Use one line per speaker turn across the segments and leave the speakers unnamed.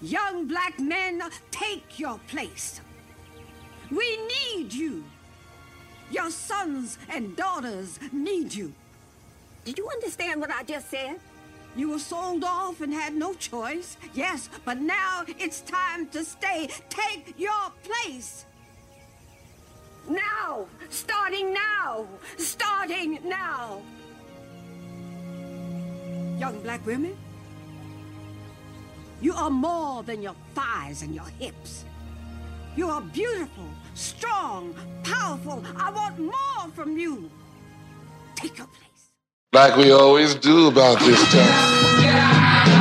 Young black men, take your place. We need you. Your sons and daughters need you.
Did you understand what I just said?
You were sold off and had no choice. Yes, but now it's time to stay. Take your place. Now! Starting now! Starting now! Young black women, you are more than your thighs and your hips. You are beautiful, strong, powerful. I want more from you. Take your place.
like we always do about this time.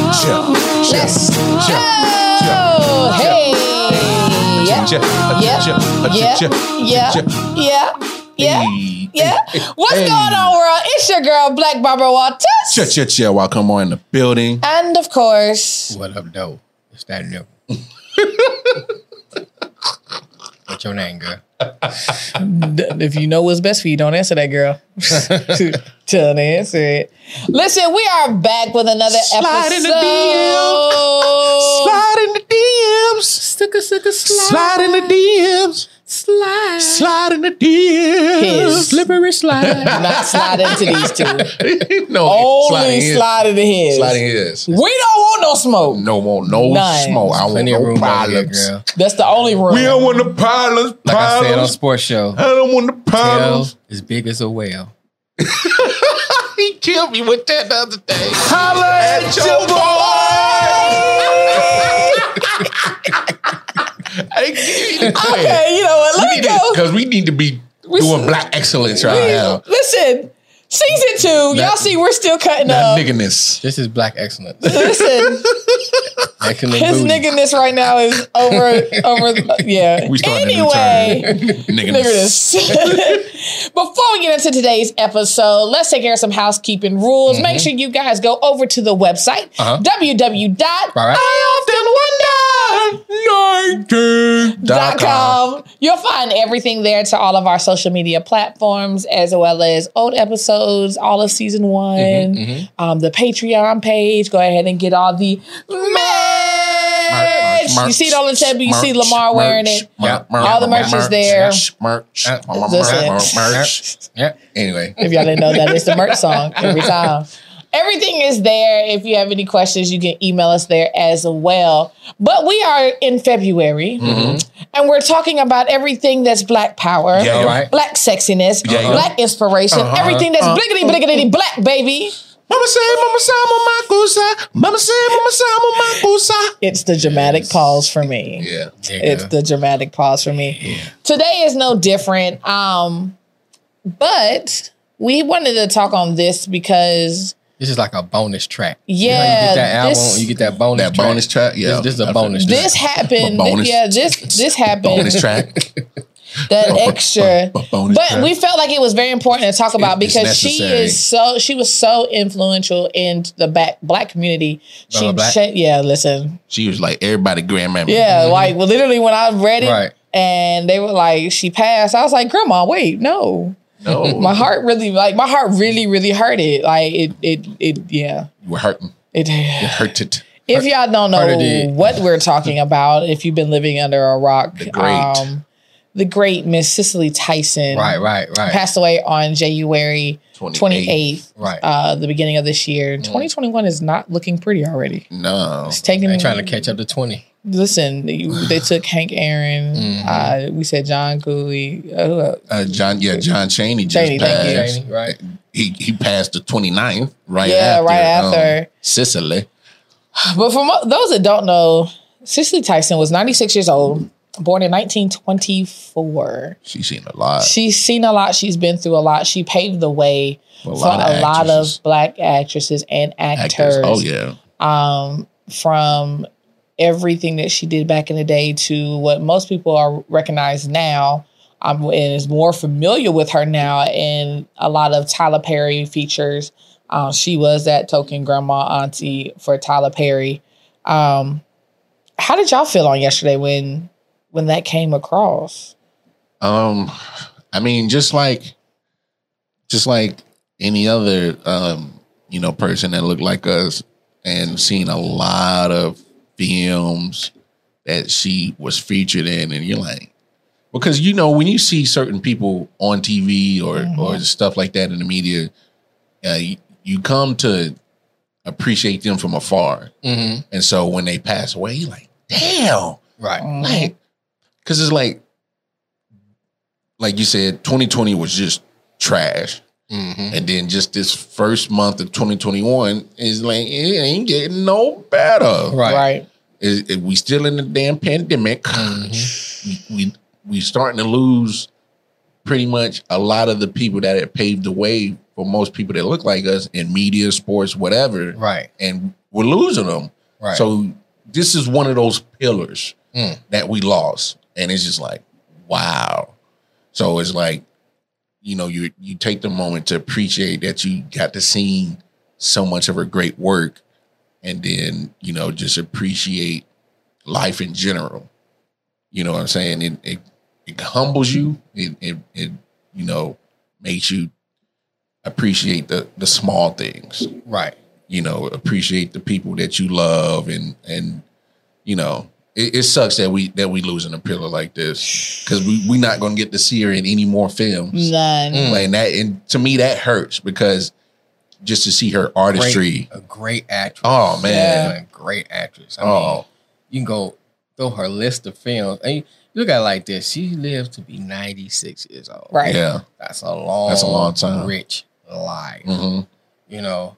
Yes.
Oh, hey. Yeah. Yeah. Yeah. Yeah. Yeah. Yeah. What's
Hey.
going on, world? It's your girl, Black Barbara
Chill,
Walters.
chill, chill. While come on in the building.
And of course,
What up, though? It's that new. What's your name, girl?
Oh,
d- if you know what's best for you, don't answer that girl. Don't answer it. Listen, we are back with another
Slide
episode.
in the DM. Slide in the DMs.
Sticker, sticker,
Slide in the DMs.
slide.
Slide in the DMs.
His.
Slippery slide.
Not slide into these two.
no,
Only slide into his.
Sliding his.
We don't want no smoke.
No more, no
None.
smoke. I want
Plenty of
no
room out here,
problems.
girl.
That's the only room.
We don't want the problems.
Like I said on
Problems.
sports show,
I don't want the
hell
problems.
as big as a whale.
He killed me with that the other day. Holla at your boy. hey, give me the clear.
okay, you know what? Let me go.
Because we need to be doing black excellence right now.
Listen, season two, y'all
That-
see we're still cutting
That
up.
nigginess.
This is black excellence.
Listen,
Excellent
his
booty.
nigginess right now is over. Over. Yeah.
We starting
anyway.
a new term. nigginess.
Niggas. Before we get into today's episode, let's take care of some housekeeping rules. Make sure you guys go over to the website,
Mm-hmm. Uh-huh. All right.
dot com. You'll find everything there to all of our social media platforms, as well as old episodes, all of season one,
Mm-hmm,
Um, the Patreon page. Go ahead and get all the merch.
merch,
you see it on the table. You see
merch,
Lamar wearing
merch,
it.
merch,
Yeah.
All the merch is there.
Merch, merch,
Uh,
merch,
listen.
merch, merch.
Yeah.
Anyway,
If y'all didn't know that, it's the merch song every time. Everything is there. If you have any questions, you can email us there as well. But we are in February, and we're talking about everything that's Black Power.
Mm-hmm. Yeah,
All right.
black sexiness,
Yeah, Uh-huh. yeah.
black inspiration, everything that's bliggity bliggity black, baby.
Mama say, Mama say, Mama Kusa. Mama say, Mama say, Mama Kusa.
It's the dramatic pause for me.
Yeah.
Nigga.
It's the dramatic pause for me. Today is no different. Um, but we wanted to talk on this because
this is like a bonus track. you, know, you
yeah,
get that album,
this,
you get that bonus
That
track.
bonus track. Yeah.
This, this is a bonus track.
this happened.
Bonus.
Yeah, this this happened.
bonus track.
that extra.
bu- bonus
But
track.
we felt like it was very important to talk about
It- it's
because she
necessary.
is so she was so influential in the back black community. She,
Bella Black?
she yeah, listen,
She was like, everybody grandmama.
Yeah, like well, literally when I read it
Right.
and they were like, she passed. I was like, Grandma, wait, no.
No.
My heart really like my heart really, really hurted. Like it it it yeah.
You were hurting.
It
Hurted.
if y'all don't
Heart of the-
know what we're talking about, if you've been living under a rock, um, the
The great.
great Miss Cicely Tyson
right, right, right.
passed away on January
28th.
twenty eighth,
Right. Mm.
uh, the beginning of this year. Twenty twenty one is not looking pretty already.
No.
It's taking
they trying to catch up to 20.
Listen, you- they took Hank Aaron.
Mm-hmm.
Uh, we said John Cooley. Uh, who else?
Uh, John, yeah, John Cheney just
Chaney, thank you.
passed.
Chaney, right?
He he passed the 29th, right
Yeah,
after.
right after.
Um, Sicily.
but for mo- those that don't know, Cicely Tyson was 96 years old, born in 1924.
She's seen a lot.
She's seen a lot. She's been through a lot. She paved the way
A
for
lot of
a lot of
actresses.
black actresses and actors. um,
Actors. Oh, yeah.
from everything that she did back in the day to what most people are recognized now um, and is more familiar with her now in a lot of Tyler Perry features. Um, she was that token grandma auntie for Tyler Perry. Um, how did y'all feel on yesterday when when that came across?
Um, I mean, just like, just like any other um, you know person that looked like us and seen a lot of films that she was featured in, and you're like, because you know when you see certain people on TV or or stuff like that in the media, uh, you, you come to appreciate them from afar,
Mm-hmm.
and so when they pass away, you're like, damn.
Right.
Like, Mm-hmm. cause it's like, like you said, 2020 was just trash,
Mm-hmm.
and then just this first month of 2021 is like it ain't getting no better.
Right.
Right.
It- it- we still in the damn pandemic. We,
Mm-hmm.
we we starting to lose pretty much a lot of the people that had paved the way for most people that look like us in media, sports, whatever,
Right.
and we're losing them.
Right.
So this is one of those pillars
Mm.
that we lost, and it's just like, wow. So it's like, you know, you you take the moment to appreciate that you got to see so much of her great work, and then you know just appreciate life in general. You know what I'm saying? It it, it humbles you. It, it it you know makes you appreciate the the small things
right.
you know appreciate the people that you love and and you know it, it sucks that we that we losing a pillar like this because we we not gonna get to see her in any more films Mm.
None.
and that and to me that hurts because just to see her
Great,
artistry
a great actress.
oh man
A great actress. I mean,
oh
you can go through her list of films. And you look at it like this. She lived to be 96 years old.
Right.
yeah
That's a long,
That's a long time.
rich life.
hmm
You know,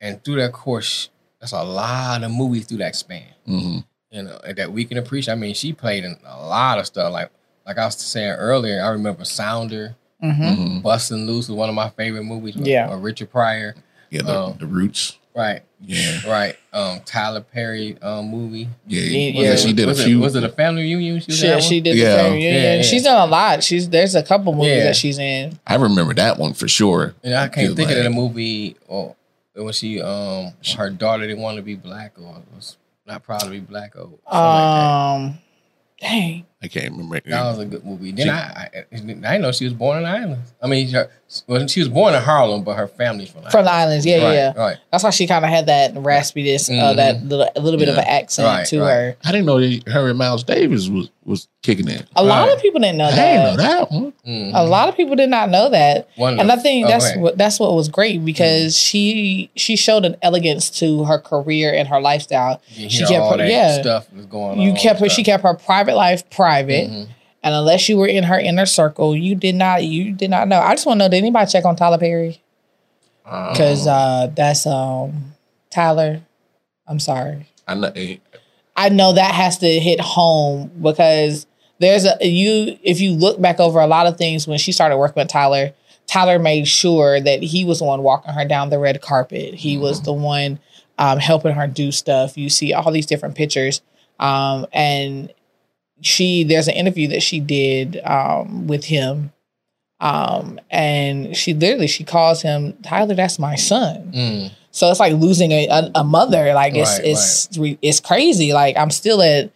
and through that course, that's a lot of movies through that span.
hmm
You know, and that we can appreciate. I mean, she played in a lot of stuff. Like, like I was saying earlier, I remember Sounder,
Mm-hmm.
hmm
Bustin' Loose was one of my favorite movies. with-
Yeah.
with Richard Pryor.
yeah the,
Um,
the roots
Right.
yeah
Right. Um, Tyler Perry um, movie.
yeah
Yeah,
yeah,
yeah.
she did
was
a
it-
few
was it a family reunion? She was in
She,
that one?
she did
Yeah.
the same reunion.
Yeah, yeah.
She's done a lot. She's there's a couple movies
Yeah.
that she's in.
I remember that one for sure
And I can't
Dude,
think of
like-
the movie or when she um her daughter didn't want to be black or was not proud to be black or something like that.
Um, dang.
I can't remember it.
That was a good movie. Then I, I I didn't know she was born in Ireland. I mean, her, well, she was born in Harlem, but her family's from
From
Ireland.
the islands, yeah,
right,
yeah.
right.
That's how she kind of had that raspiness, uh,
Mhm.
that little, a little bit of
Yeah.
an accent
Right,
to
right.
her.
I didn't know that her and Miles Davis was was kicking it
A lot
Right.
of people didn't know
I
that.
didn't know that one
Mhm.
A lot of people did not know that,
One of
and
the-
I think
oh, go
that's
ahead. Mm-hmm.
what that's what was great because she she showed an elegance to her career and her lifestyle.
You
she
hear
kept
all
her-
that
yeah.
stuff that's going on.
You kept her, she kept her private life private,
Mhm.
and unless you were in her inner circle, you did not you did not know. I just want to know did anybody check on Tyler Perry
Um,
because uh, that's um Tyler. I'm sorry.
I know eh, it-
I know that has to hit home because there's a you if you look back over a lot of things when she started working with Tyler, Tyler made sure that he was the one walking her down the red carpet. He was the one um, helping her do stuff. You see all these different pictures, um, and she there's an interview that she did um, with him, um, and she literally she calls him Tyler. That's my son.
Mm.
So it's like losing a, a, a mother. Like it's
Right,
it's re it's crazy. Like I'm still at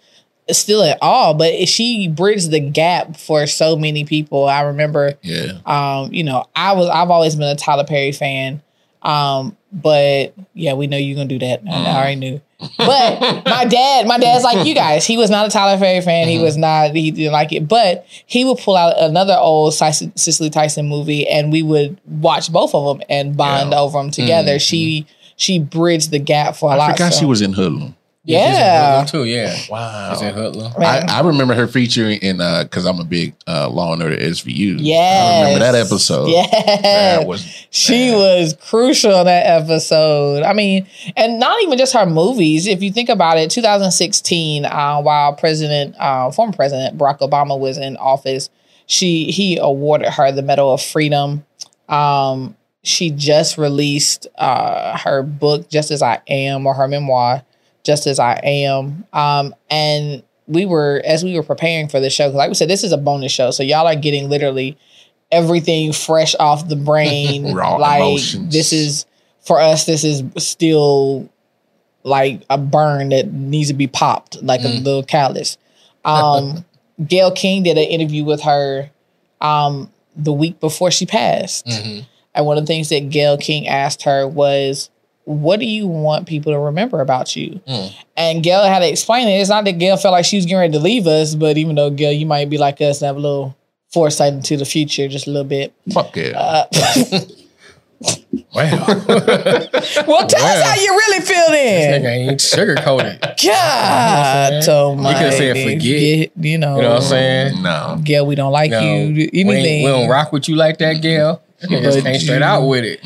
still at all, but it- she bridged the gap for so many people. I remember,
yeah
um, you know, I was I've always been a Tyler Perry fan, um, but yeah, we know you're gonna do that. I already knew. But my dad, my dad's like you guys. He was not a Tyler Perry fan. He
Mm-hmm.
was not. He didn't like it. But he would pull out another old Cy- Cicely Tyson movie, and we would watch both of them and bond
Yeah. Mm-hmm.
over them together. She she bridged the gap for a
I
lot.
forgot
so-
she was in Hoodlum.
she's in
yeah.
Hoodlum too. Yeah,
Wow.
she's in Hoodlum.
Man.
I, I remember her featuring in uh because I'm a big uh Law and Order SVU.
Yes.
I remember that episode.
Yeah.
That was
She
Man.
was crucial in that episode. I mean, and not even just her movies. If you think about it, 2016, uh, while President, uh, former President Barack Obama was in office, she he awarded her the Medal of Freedom. Um, she just released uh, her book, Just as I Am, or her memoir, Just as I Am. Um, and we were as we were preparing for the show, 'cause like we said, this is a bonus show, so y'all are getting literally everything fresh off the brain.
Raw
like
emotions.
this is for us, this is still like a burn that needs to be popped, like a
Mm.
little callus. Um,
Mm.
Gail King did an interview with her um, the week before she passed.
Mhm.
And one of the things that Gail King asked her was, What do you want people to remember about you?
Mm.
And Gail had to explain it. It's not that Gail felt like she was getting ready to leave us, but even though Gail, you might be like us and have a little foresight into the future, just a little bit.
Fuck it.
Uh,
wow.
well, tell us how you really feel then.
Oh, Nigga ain't sugarcoated. You
God, so my.
could've said forget.
You know,
know what I'm saying?
no.
Gail, we don't like
No,
you.
we,
Um, Anything.
ain't, we don't rock with you like that, Gail. You just
But
came straight out with it.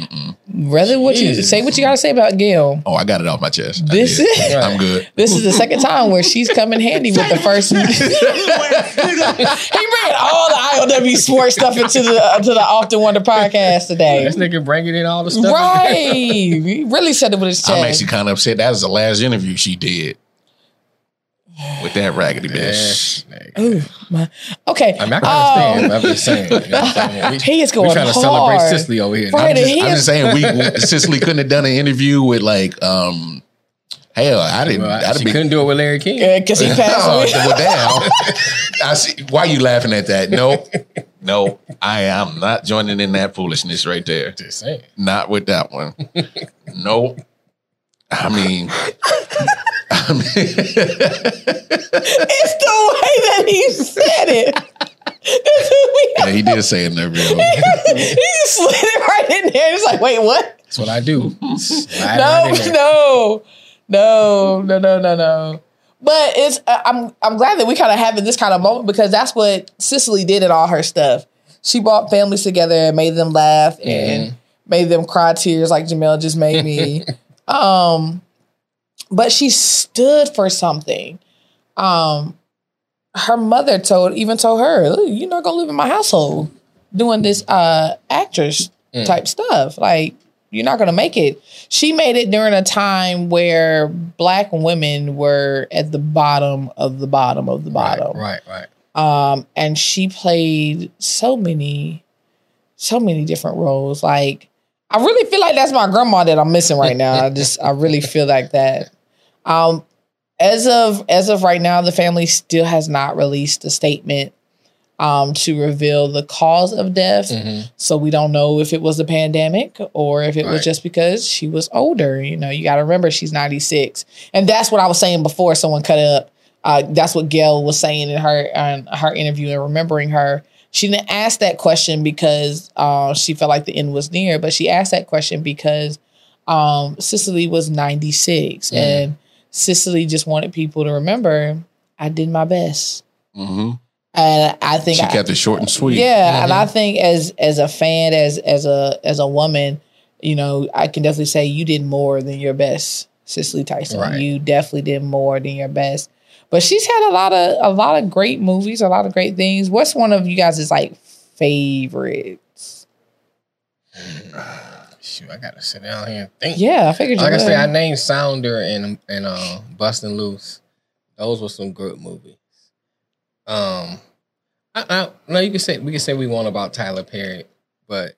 Rather what you
Jesus.
say what you gotta say about Gail.
Oh, I got it off my chest. I
This
did.
is-
I'm good.
This is the second time where she's come in handy with the first. he bringing all the IOW sports stuff into the uh, to the Often Wonder podcast today.
This nigga bringing in all the stuff.
Right, he really said it with his
I'm
chest.
actually kind of upset. That was the last interview she did with that raggedy bitch.
Yes, nigga.
Ooh, my, okay,
I mean, I can
um,
understand. but I'm just saying. You know what I'm saying? We,
He is
we
going
trying to
hard.
celebrate Sicily over here.
Right,
I'm just-
he
I'm
is-
just saying, we Cicely couldn't have done an interview with like, um, hell, I didn't.
well,
I'd
she
be.
couldn't do it with Larry King.
Yeah, cause he passed
Oh,
away.
well, damn. I see. Why you laughing at that? No, no, I am not joining in that foolishness right there.
Just saying.
Not with that one. No, I mean, I mean
It's the way that he said it. That's what
yeah, he did say it in there, bro.
we- he just slid it right in there. It's like, wait, what?
That's what I do. Slide
no,
right in there.
no, no, no, no, no, no. But it's uh, I'm I'm glad that we kind of having this kind of moment because that's what Cicely did in all her stuff. She brought families together and made them laugh and made them cry tears like Jamel just made me. um, but she stood for something. Um, her mother told even told her, "Look, "You're not gonna live in my household doing this uh actress type stuff. Like you're not gonna make it." She made it during a time where black women were at the bottom of the bottom of the bottom
Right, right.
um, and she played so many, so many different roles. Like I really feel like that's my grandma that I'm missing right now. I just I really feel like that. Um, as of as of right now, the family still has not released a statement um, to reveal the cause of death.
Mhm.
So we don't know if it was the pandemic or if it was
Right.
just because she was older. You know, you got to remember she's 96. And that's what I was saying before someone cut up. Uh, that's what Gail was saying in her in her interview and remembering her. She didn't ask that question because uh, she felt like the end was near, but she asked that question because um, Cicely was 96 and Cicely just wanted people to remember I did my best.
hmm
And I think
She
I,
kept it short and sweet.
yeah, and I think as as a fan, as as a as a woman, you know, I can definitely say you did more than your best, Cicely Tyson.
Right.
You definitely did more than your best. But she's had a lot of a lot of great movies, a lot of great things. What's one of you guys' like favorites?
Shoot, I gotta sit down here and think.
Yeah, I figured you
Like I
would.
said, I named Sounder and and uh, Bustin' Loose. Those were some good movies. Um, I, I no, you can say we can say we want about Tyler Perry, but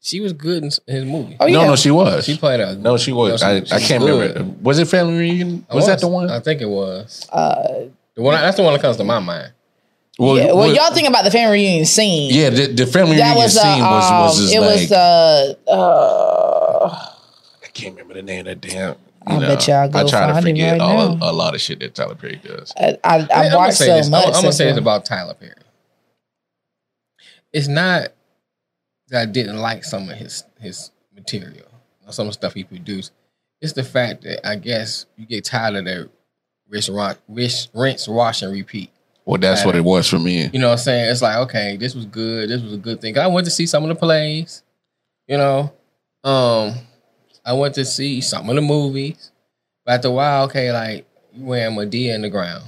she was good in s- his movie.
oh yeah,
No, no, she was.
She played a
no, she was.
No, she-
I, I
she's
can't
good.
remember. Was it Family Reunion? Was, that the one?
I think it was
uh,
the one. That's the one that comes to my mind.
well,
yeah, well,
what-
y'all think about the family reunion scene.
Yeah, the, the family
that
reunion
was, uh,
scene was was
um,
just
it was
like
uh, uh,
I can't remember the name of that damn.
I bet y'all go
I try to
find it
forget
right
all,
now.
a lot of shit that Tyler Perry does.
I, I, I
I'm
watched
say
so
this.
much.
I'm, gonna
since
say this
then.
about Tyler Perry. It's not that I didn't like some of his his material, or some of the stuff he produced. It's the fact that I guess you get tired of that rinse, ro- rinse, rinse, wash, and repeat.
Well, that's what it was for me.
You know what I'm saying? It's like, okay, this was good. This was a good thing. 'Cause I went to see some of the plays, you know. Um, I went to see some of the movies. But after a while, okay, like you wearing Medea in the ground.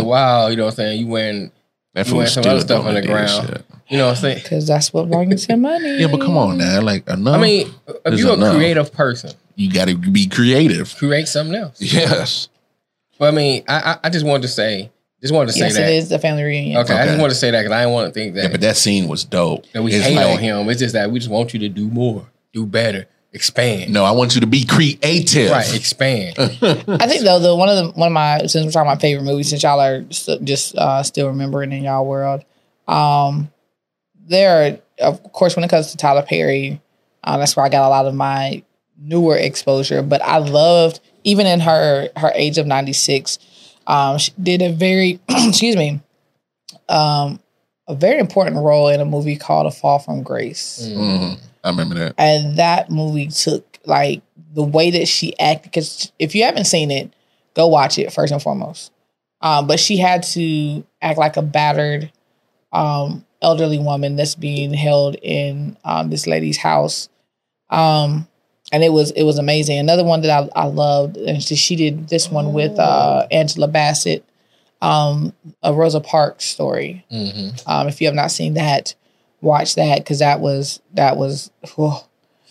a while, you know what I'm saying, you wearing
That
you
fool
wearing some
still
other stuff on the ground. You know what I'm saying?
Cause that's what brings him money.
Yeah, but come on now, like enough.
I mean, if
There's
you're a
enough.
creative person,
you got to be creative.
create something else.
Yes,
But I mean, I I, I just wanted to say, just wanted to say
Yes,
that.
it is the family reunion.
Okay, I just
Okay.
wanted to say that because I didn't want to think that
yeah, but that scene was dope.
that we
It's
hate on
like,
him. It's just that we just want you to do more, do better, expand.
No, I want you to be creative.
Right, expand.
I think though the one of the one of my since we're talking about favorite movies, since y'all are st- just uh, still remembering in y'all world, um, there of course, when it comes to Tyler Perry, um, that's where I got a lot of my newer exposure. But I loved even in her her age of ninety six, um, she did a very excuse me, um, a very important role in a movie called A Fall from Grace,
Mhm. I remember that.
and that movie took like the way that she acted. Because if you haven't seen it, go watch it first and foremost. Um, but she had to act like a battered um, elderly woman that's being held in um, this lady's house, um, and it was it was amazing. Another one that I, I loved, and she, she did this one with uh, Angela Bassett, um, a Rosa Parks story.
Mm-hmm.
Um, if you have not seen that, watch that because that was that was whew,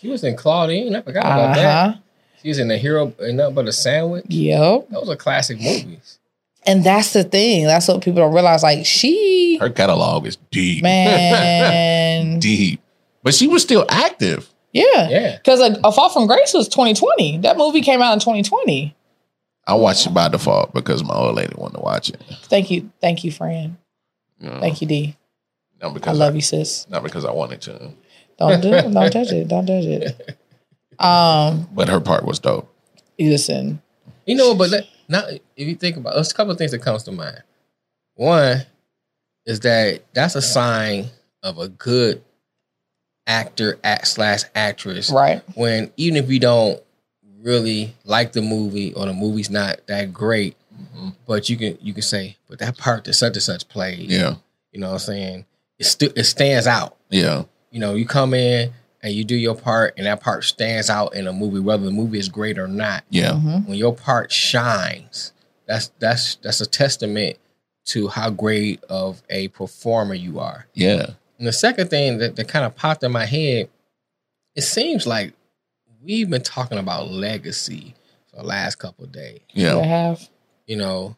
She was in Claudine. I forgot about that.
uh-huh.
She was in the hero and nothing but a sandwich.
Yep.
Those are classic movies.
And that's the thing. That's what people don't realize. Like she,
Her catalog is deep,
man,
deep. But she was still active.
yeah.
Yeah.
Because like, A Fall from Grace was 2020. That movie came out in 2020.
I watched it by default because my old lady wanted to watch it.
Thank you, thank you, friend.
You know,
Thank you, D.
Not
I
because
love you, sis.
Not because I wanted to,
Don't do, don't judge it. Don't judge it. Um,
but her part was dope.
listen,
You know, but let, now if you think about, there's a couple of things that comes to mind. One is that that's a sign of a good actor act slash actress
right?
when even if you don't really like the movie or the movie's not that great, but you can you can say, but that part that such and such played,
Yeah,
you know what I'm saying? It still it stands out.
yeah,
You know, you come in and you do your part, and that part stands out in a movie, whether the movie is great or not
yeah.
Mhm.
when your part shines, that's that's that's a testament to how great of a performer you are.
Yeah.
And the second thing that, that kind of popped in my head, it seems like we've been talking about legacy for the last couple of days.
Yeah.
You have
You know,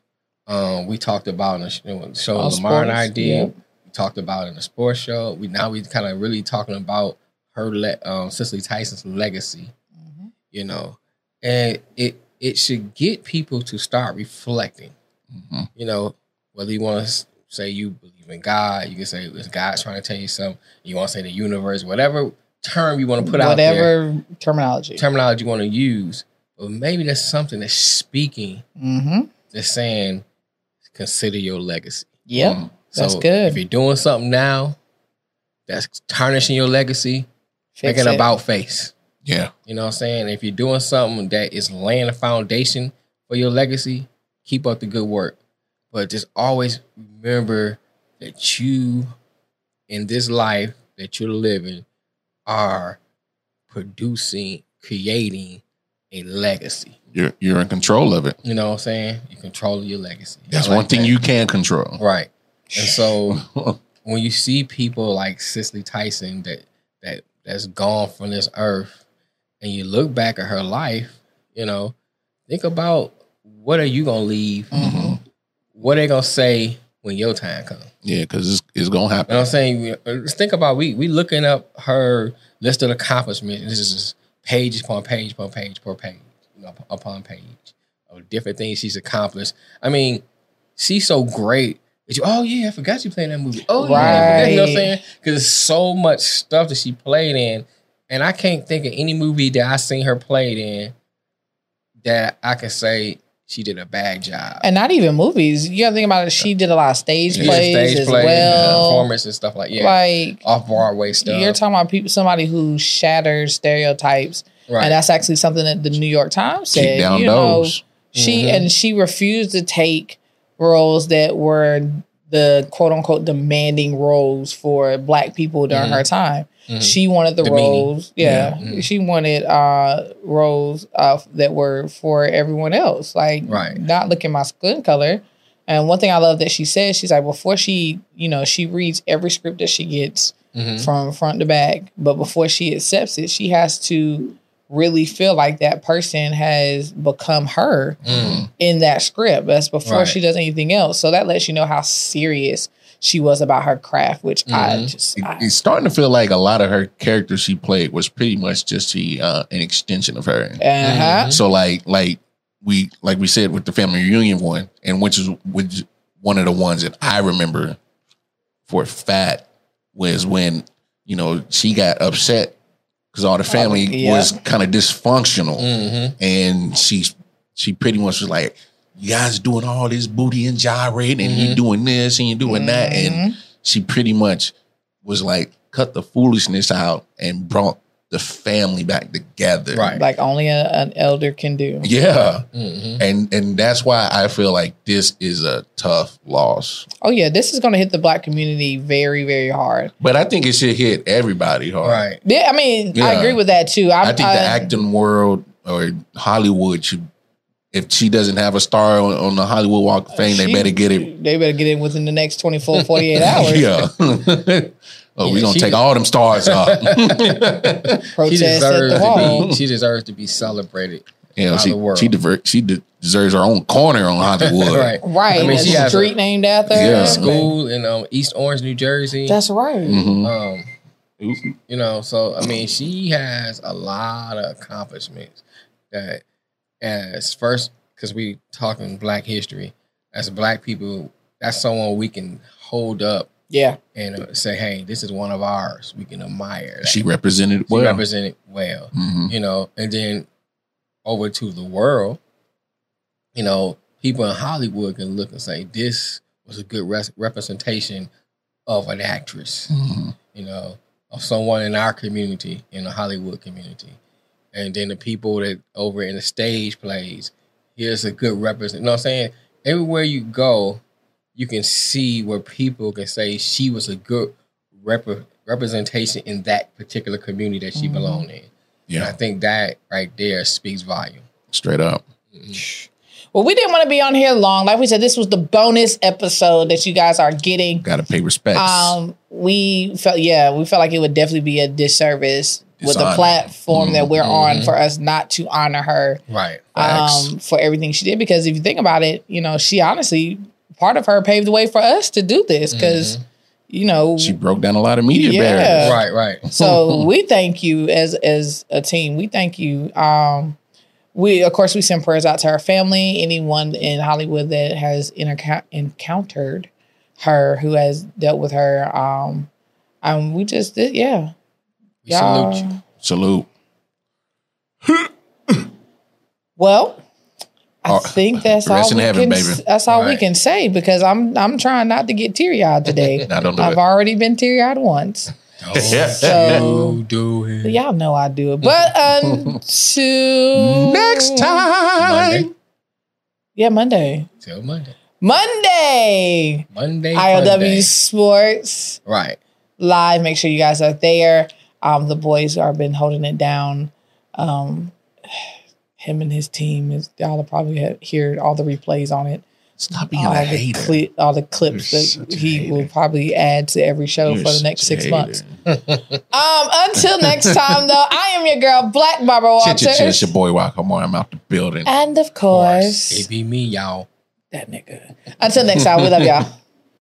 um, we talked about in the sh- in the show
All
Lamar and I
sports,
did.
yep.
We talked about in the sports show. We now we kind of really talking about her le- um, Cicely Tyson's legacy
Mm-hmm.
you know, and it it should get people to start reflecting.
Mm-hmm.
Mhm.
You know, whether you want to say you believe in God, you can say it's God's trying to tell you something. You want to say the universe, whatever term you want to put out there,
whatever terminology.
terminology you want to use, but maybe that's something that's speaking,
mm-hmm.
that's saying, consider your legacy. Um,
Yep,
Mm.
that's
so
good.
If you're doing something now that's tarnishing your legacy,
Fix
make an
it.
about face.
Yeah.
You know what I'm saying? If you're doing something that is laying a foundation for your legacy, keep up the good work. But just always remember that you, in this life that you're living, are producing, creating a legacy.
You're you're in control of it.
You know what I'm saying? You control your legacy.
That's
I like
one thing
that.
you can control.
Right. And so when you see people like Cicely Tyson that that that's gone from this earth, and you look back at her life, you know, think about what are you gonna leave?
Mhm.
What they gonna say when your time comes?
Yeah, because it's, it's gonna
You know
happen.
what I'm saying? We- uh, Just think about we we looking up her list of accomplishments. This is just page upon page upon page upon page you know, up- upon page of different things she's accomplished. I mean, she's so great. That you, oh yeah, I forgot you played in that movie. Oh yeah, I forgot, you know what I'm
Right.
saying? Because there's so much stuff that she played in, and I can't think of any movie that I seen her played in that I can say she did a bad job.
and not even movies. You gotta think about it. She did a lot of stage
Yeah,
plays as
plays,
well.
performance and stuff like yeah,
Like
off Broadway stuff.
You're talking about people, somebody who shatters stereotypes,
Right.
and that's actually something that the New York Times said.
Keep down
you
those.
know, she
Mhm.
and she refused to take roles that were the quote unquote demanding roles for black people during her time.
Mhm.
She wanted the
The meaning.
roles, yeah.
Yeah. Mhm.
She wanted uh roles uh, that were for everyone else, like
Right.
not look at my skin color. And one thing I love that she says, she's like, before she, you know, she reads every script that she gets
Mm-hmm.
Mhm.
from front to back. But before she accepts it, she has to really feel like that person has become her
Mm.
in that script. That's before
Right.
she does anything else. So that lets you know how serious she was about her craft, which I
Mhm.
just,
It-
I,
it's starting to feel like a lot of her characters she played was pretty much just the, uh, an extension of her.
uh-huh.
So like like we like we said with the family reunion one, and which is which one of the ones that I remember for a fact was when you know, she got upset because all the family
yeah.
was kind of dysfunctional,
Mm-hmm.
and she she pretty much was like, "You guys doing all this booty and gyrating, and you doing this and you doing that," and she pretty much was like, "Cut the foolishness out and brought the family back together."
Right.
Like only a, an elder can do.
Yeah,
Mm-hmm.
and and that's why I feel like this is a tough loss.
Oh yeah, this is going to hit the black community very, very hard.
But I think it should hit everybody hard.
Right.
Yeah, I mean, I
Yeah.
agree with that too. I,
I think
I-
the acting world or Hollywood should, if she doesn't have a star on, on the Hollywood Walk
Oh,
of Fame, they
she-
better get it.
They better get in within the next 24, 48 hours.
Yeah. oh,
Yeah,
we're gonna
she-
take all them stars off.
She
Protest at
deserves
the
to
wall.
be. She deserves to be celebrated.
Yeah,
Out of the
she
world.
she diver- she de- deserves her own corner on Hollywood.
Right.
Right.
I mean,
a
she has
street
a
named after her.
Yeah.
school in um, East Orange, New Jersey.
That's right.
Mhm.
Um, you know, so I mean, she has a lot of accomplishments that, as first, because we talking Black history, as Black people, that's someone we can hold up
Yeah.
and uh, say, "Hey, this is one of ours." We can admire. That.
She represented
She
well.
represented well.
Mhm.
you know, and then over to the world, you know, people in Hollywood can look and say this was a good res- representation of an actress,
Mhm.
you know, of someone in our community, in the Hollywood community, and then the people that over in the stage plays, here's a good represent. You know what I'm saying? Everywhere you go, you can see where people can say she was a good rep- representation in that particular community that she belonged in. And I
Yeah,
think that right there speaks volume.
straight up.
Well, we didn't want to be on here long. Like we said, this was the bonus episode that you guys are getting.
Got to pay respects.
Um, we felt yeah, we felt like it would definitely be a disservice with the
Dishonor.
platform that we're on
Mhm.
for us not to honor her
Right.
Facts.
um, for everything she did. Because if you think about it, you know, she honestly part of her paved the way for us to do this because
Mm-hmm.
you know
she broke down a lot of media
Yeah.
barriers.
right, right.
so we thank you as as a team. We thank you. Um, we of course we send prayers out to her family, anyone in Hollywood that has interca- encountered her, who has dealt with her. Um, and we just did, yeah.
We
Y'all-
salute you.
Salute.
Well, I
Oh,
think that's all.
rest in
we
heaven,
can,
baby.
That's all we
Right.
can say because I'm I'm trying not to get teary eyed today.
I don't do
I've
it.
already been teary eyed once. So-
you do it.
Y'all know I do it. But uh, until
Next time.
Monday.
Yeah, Monday.
Till Monday.
Monday.
Monday.
IOW
Monday.
Sports
Right.
live. Make sure you guys are there. Um, the boys are been holding it down. Um, him and his team is y'all will probably he- hear all the replays on it.
Stop being
All
a
the,
hater.
cle- all the clips
You're
that
such a
he
hater.
will probably add to every show
You're
for the next
such a
six
hater.
months. Um, until next time though, I am your girl, Black Barbara
Chit, chit, chit, It's
Walters.
your boy Walker Moore. I'm out the building.
And of
Of course. It
course,
be me, y'all.
that nigga. Until next time, we love y'all.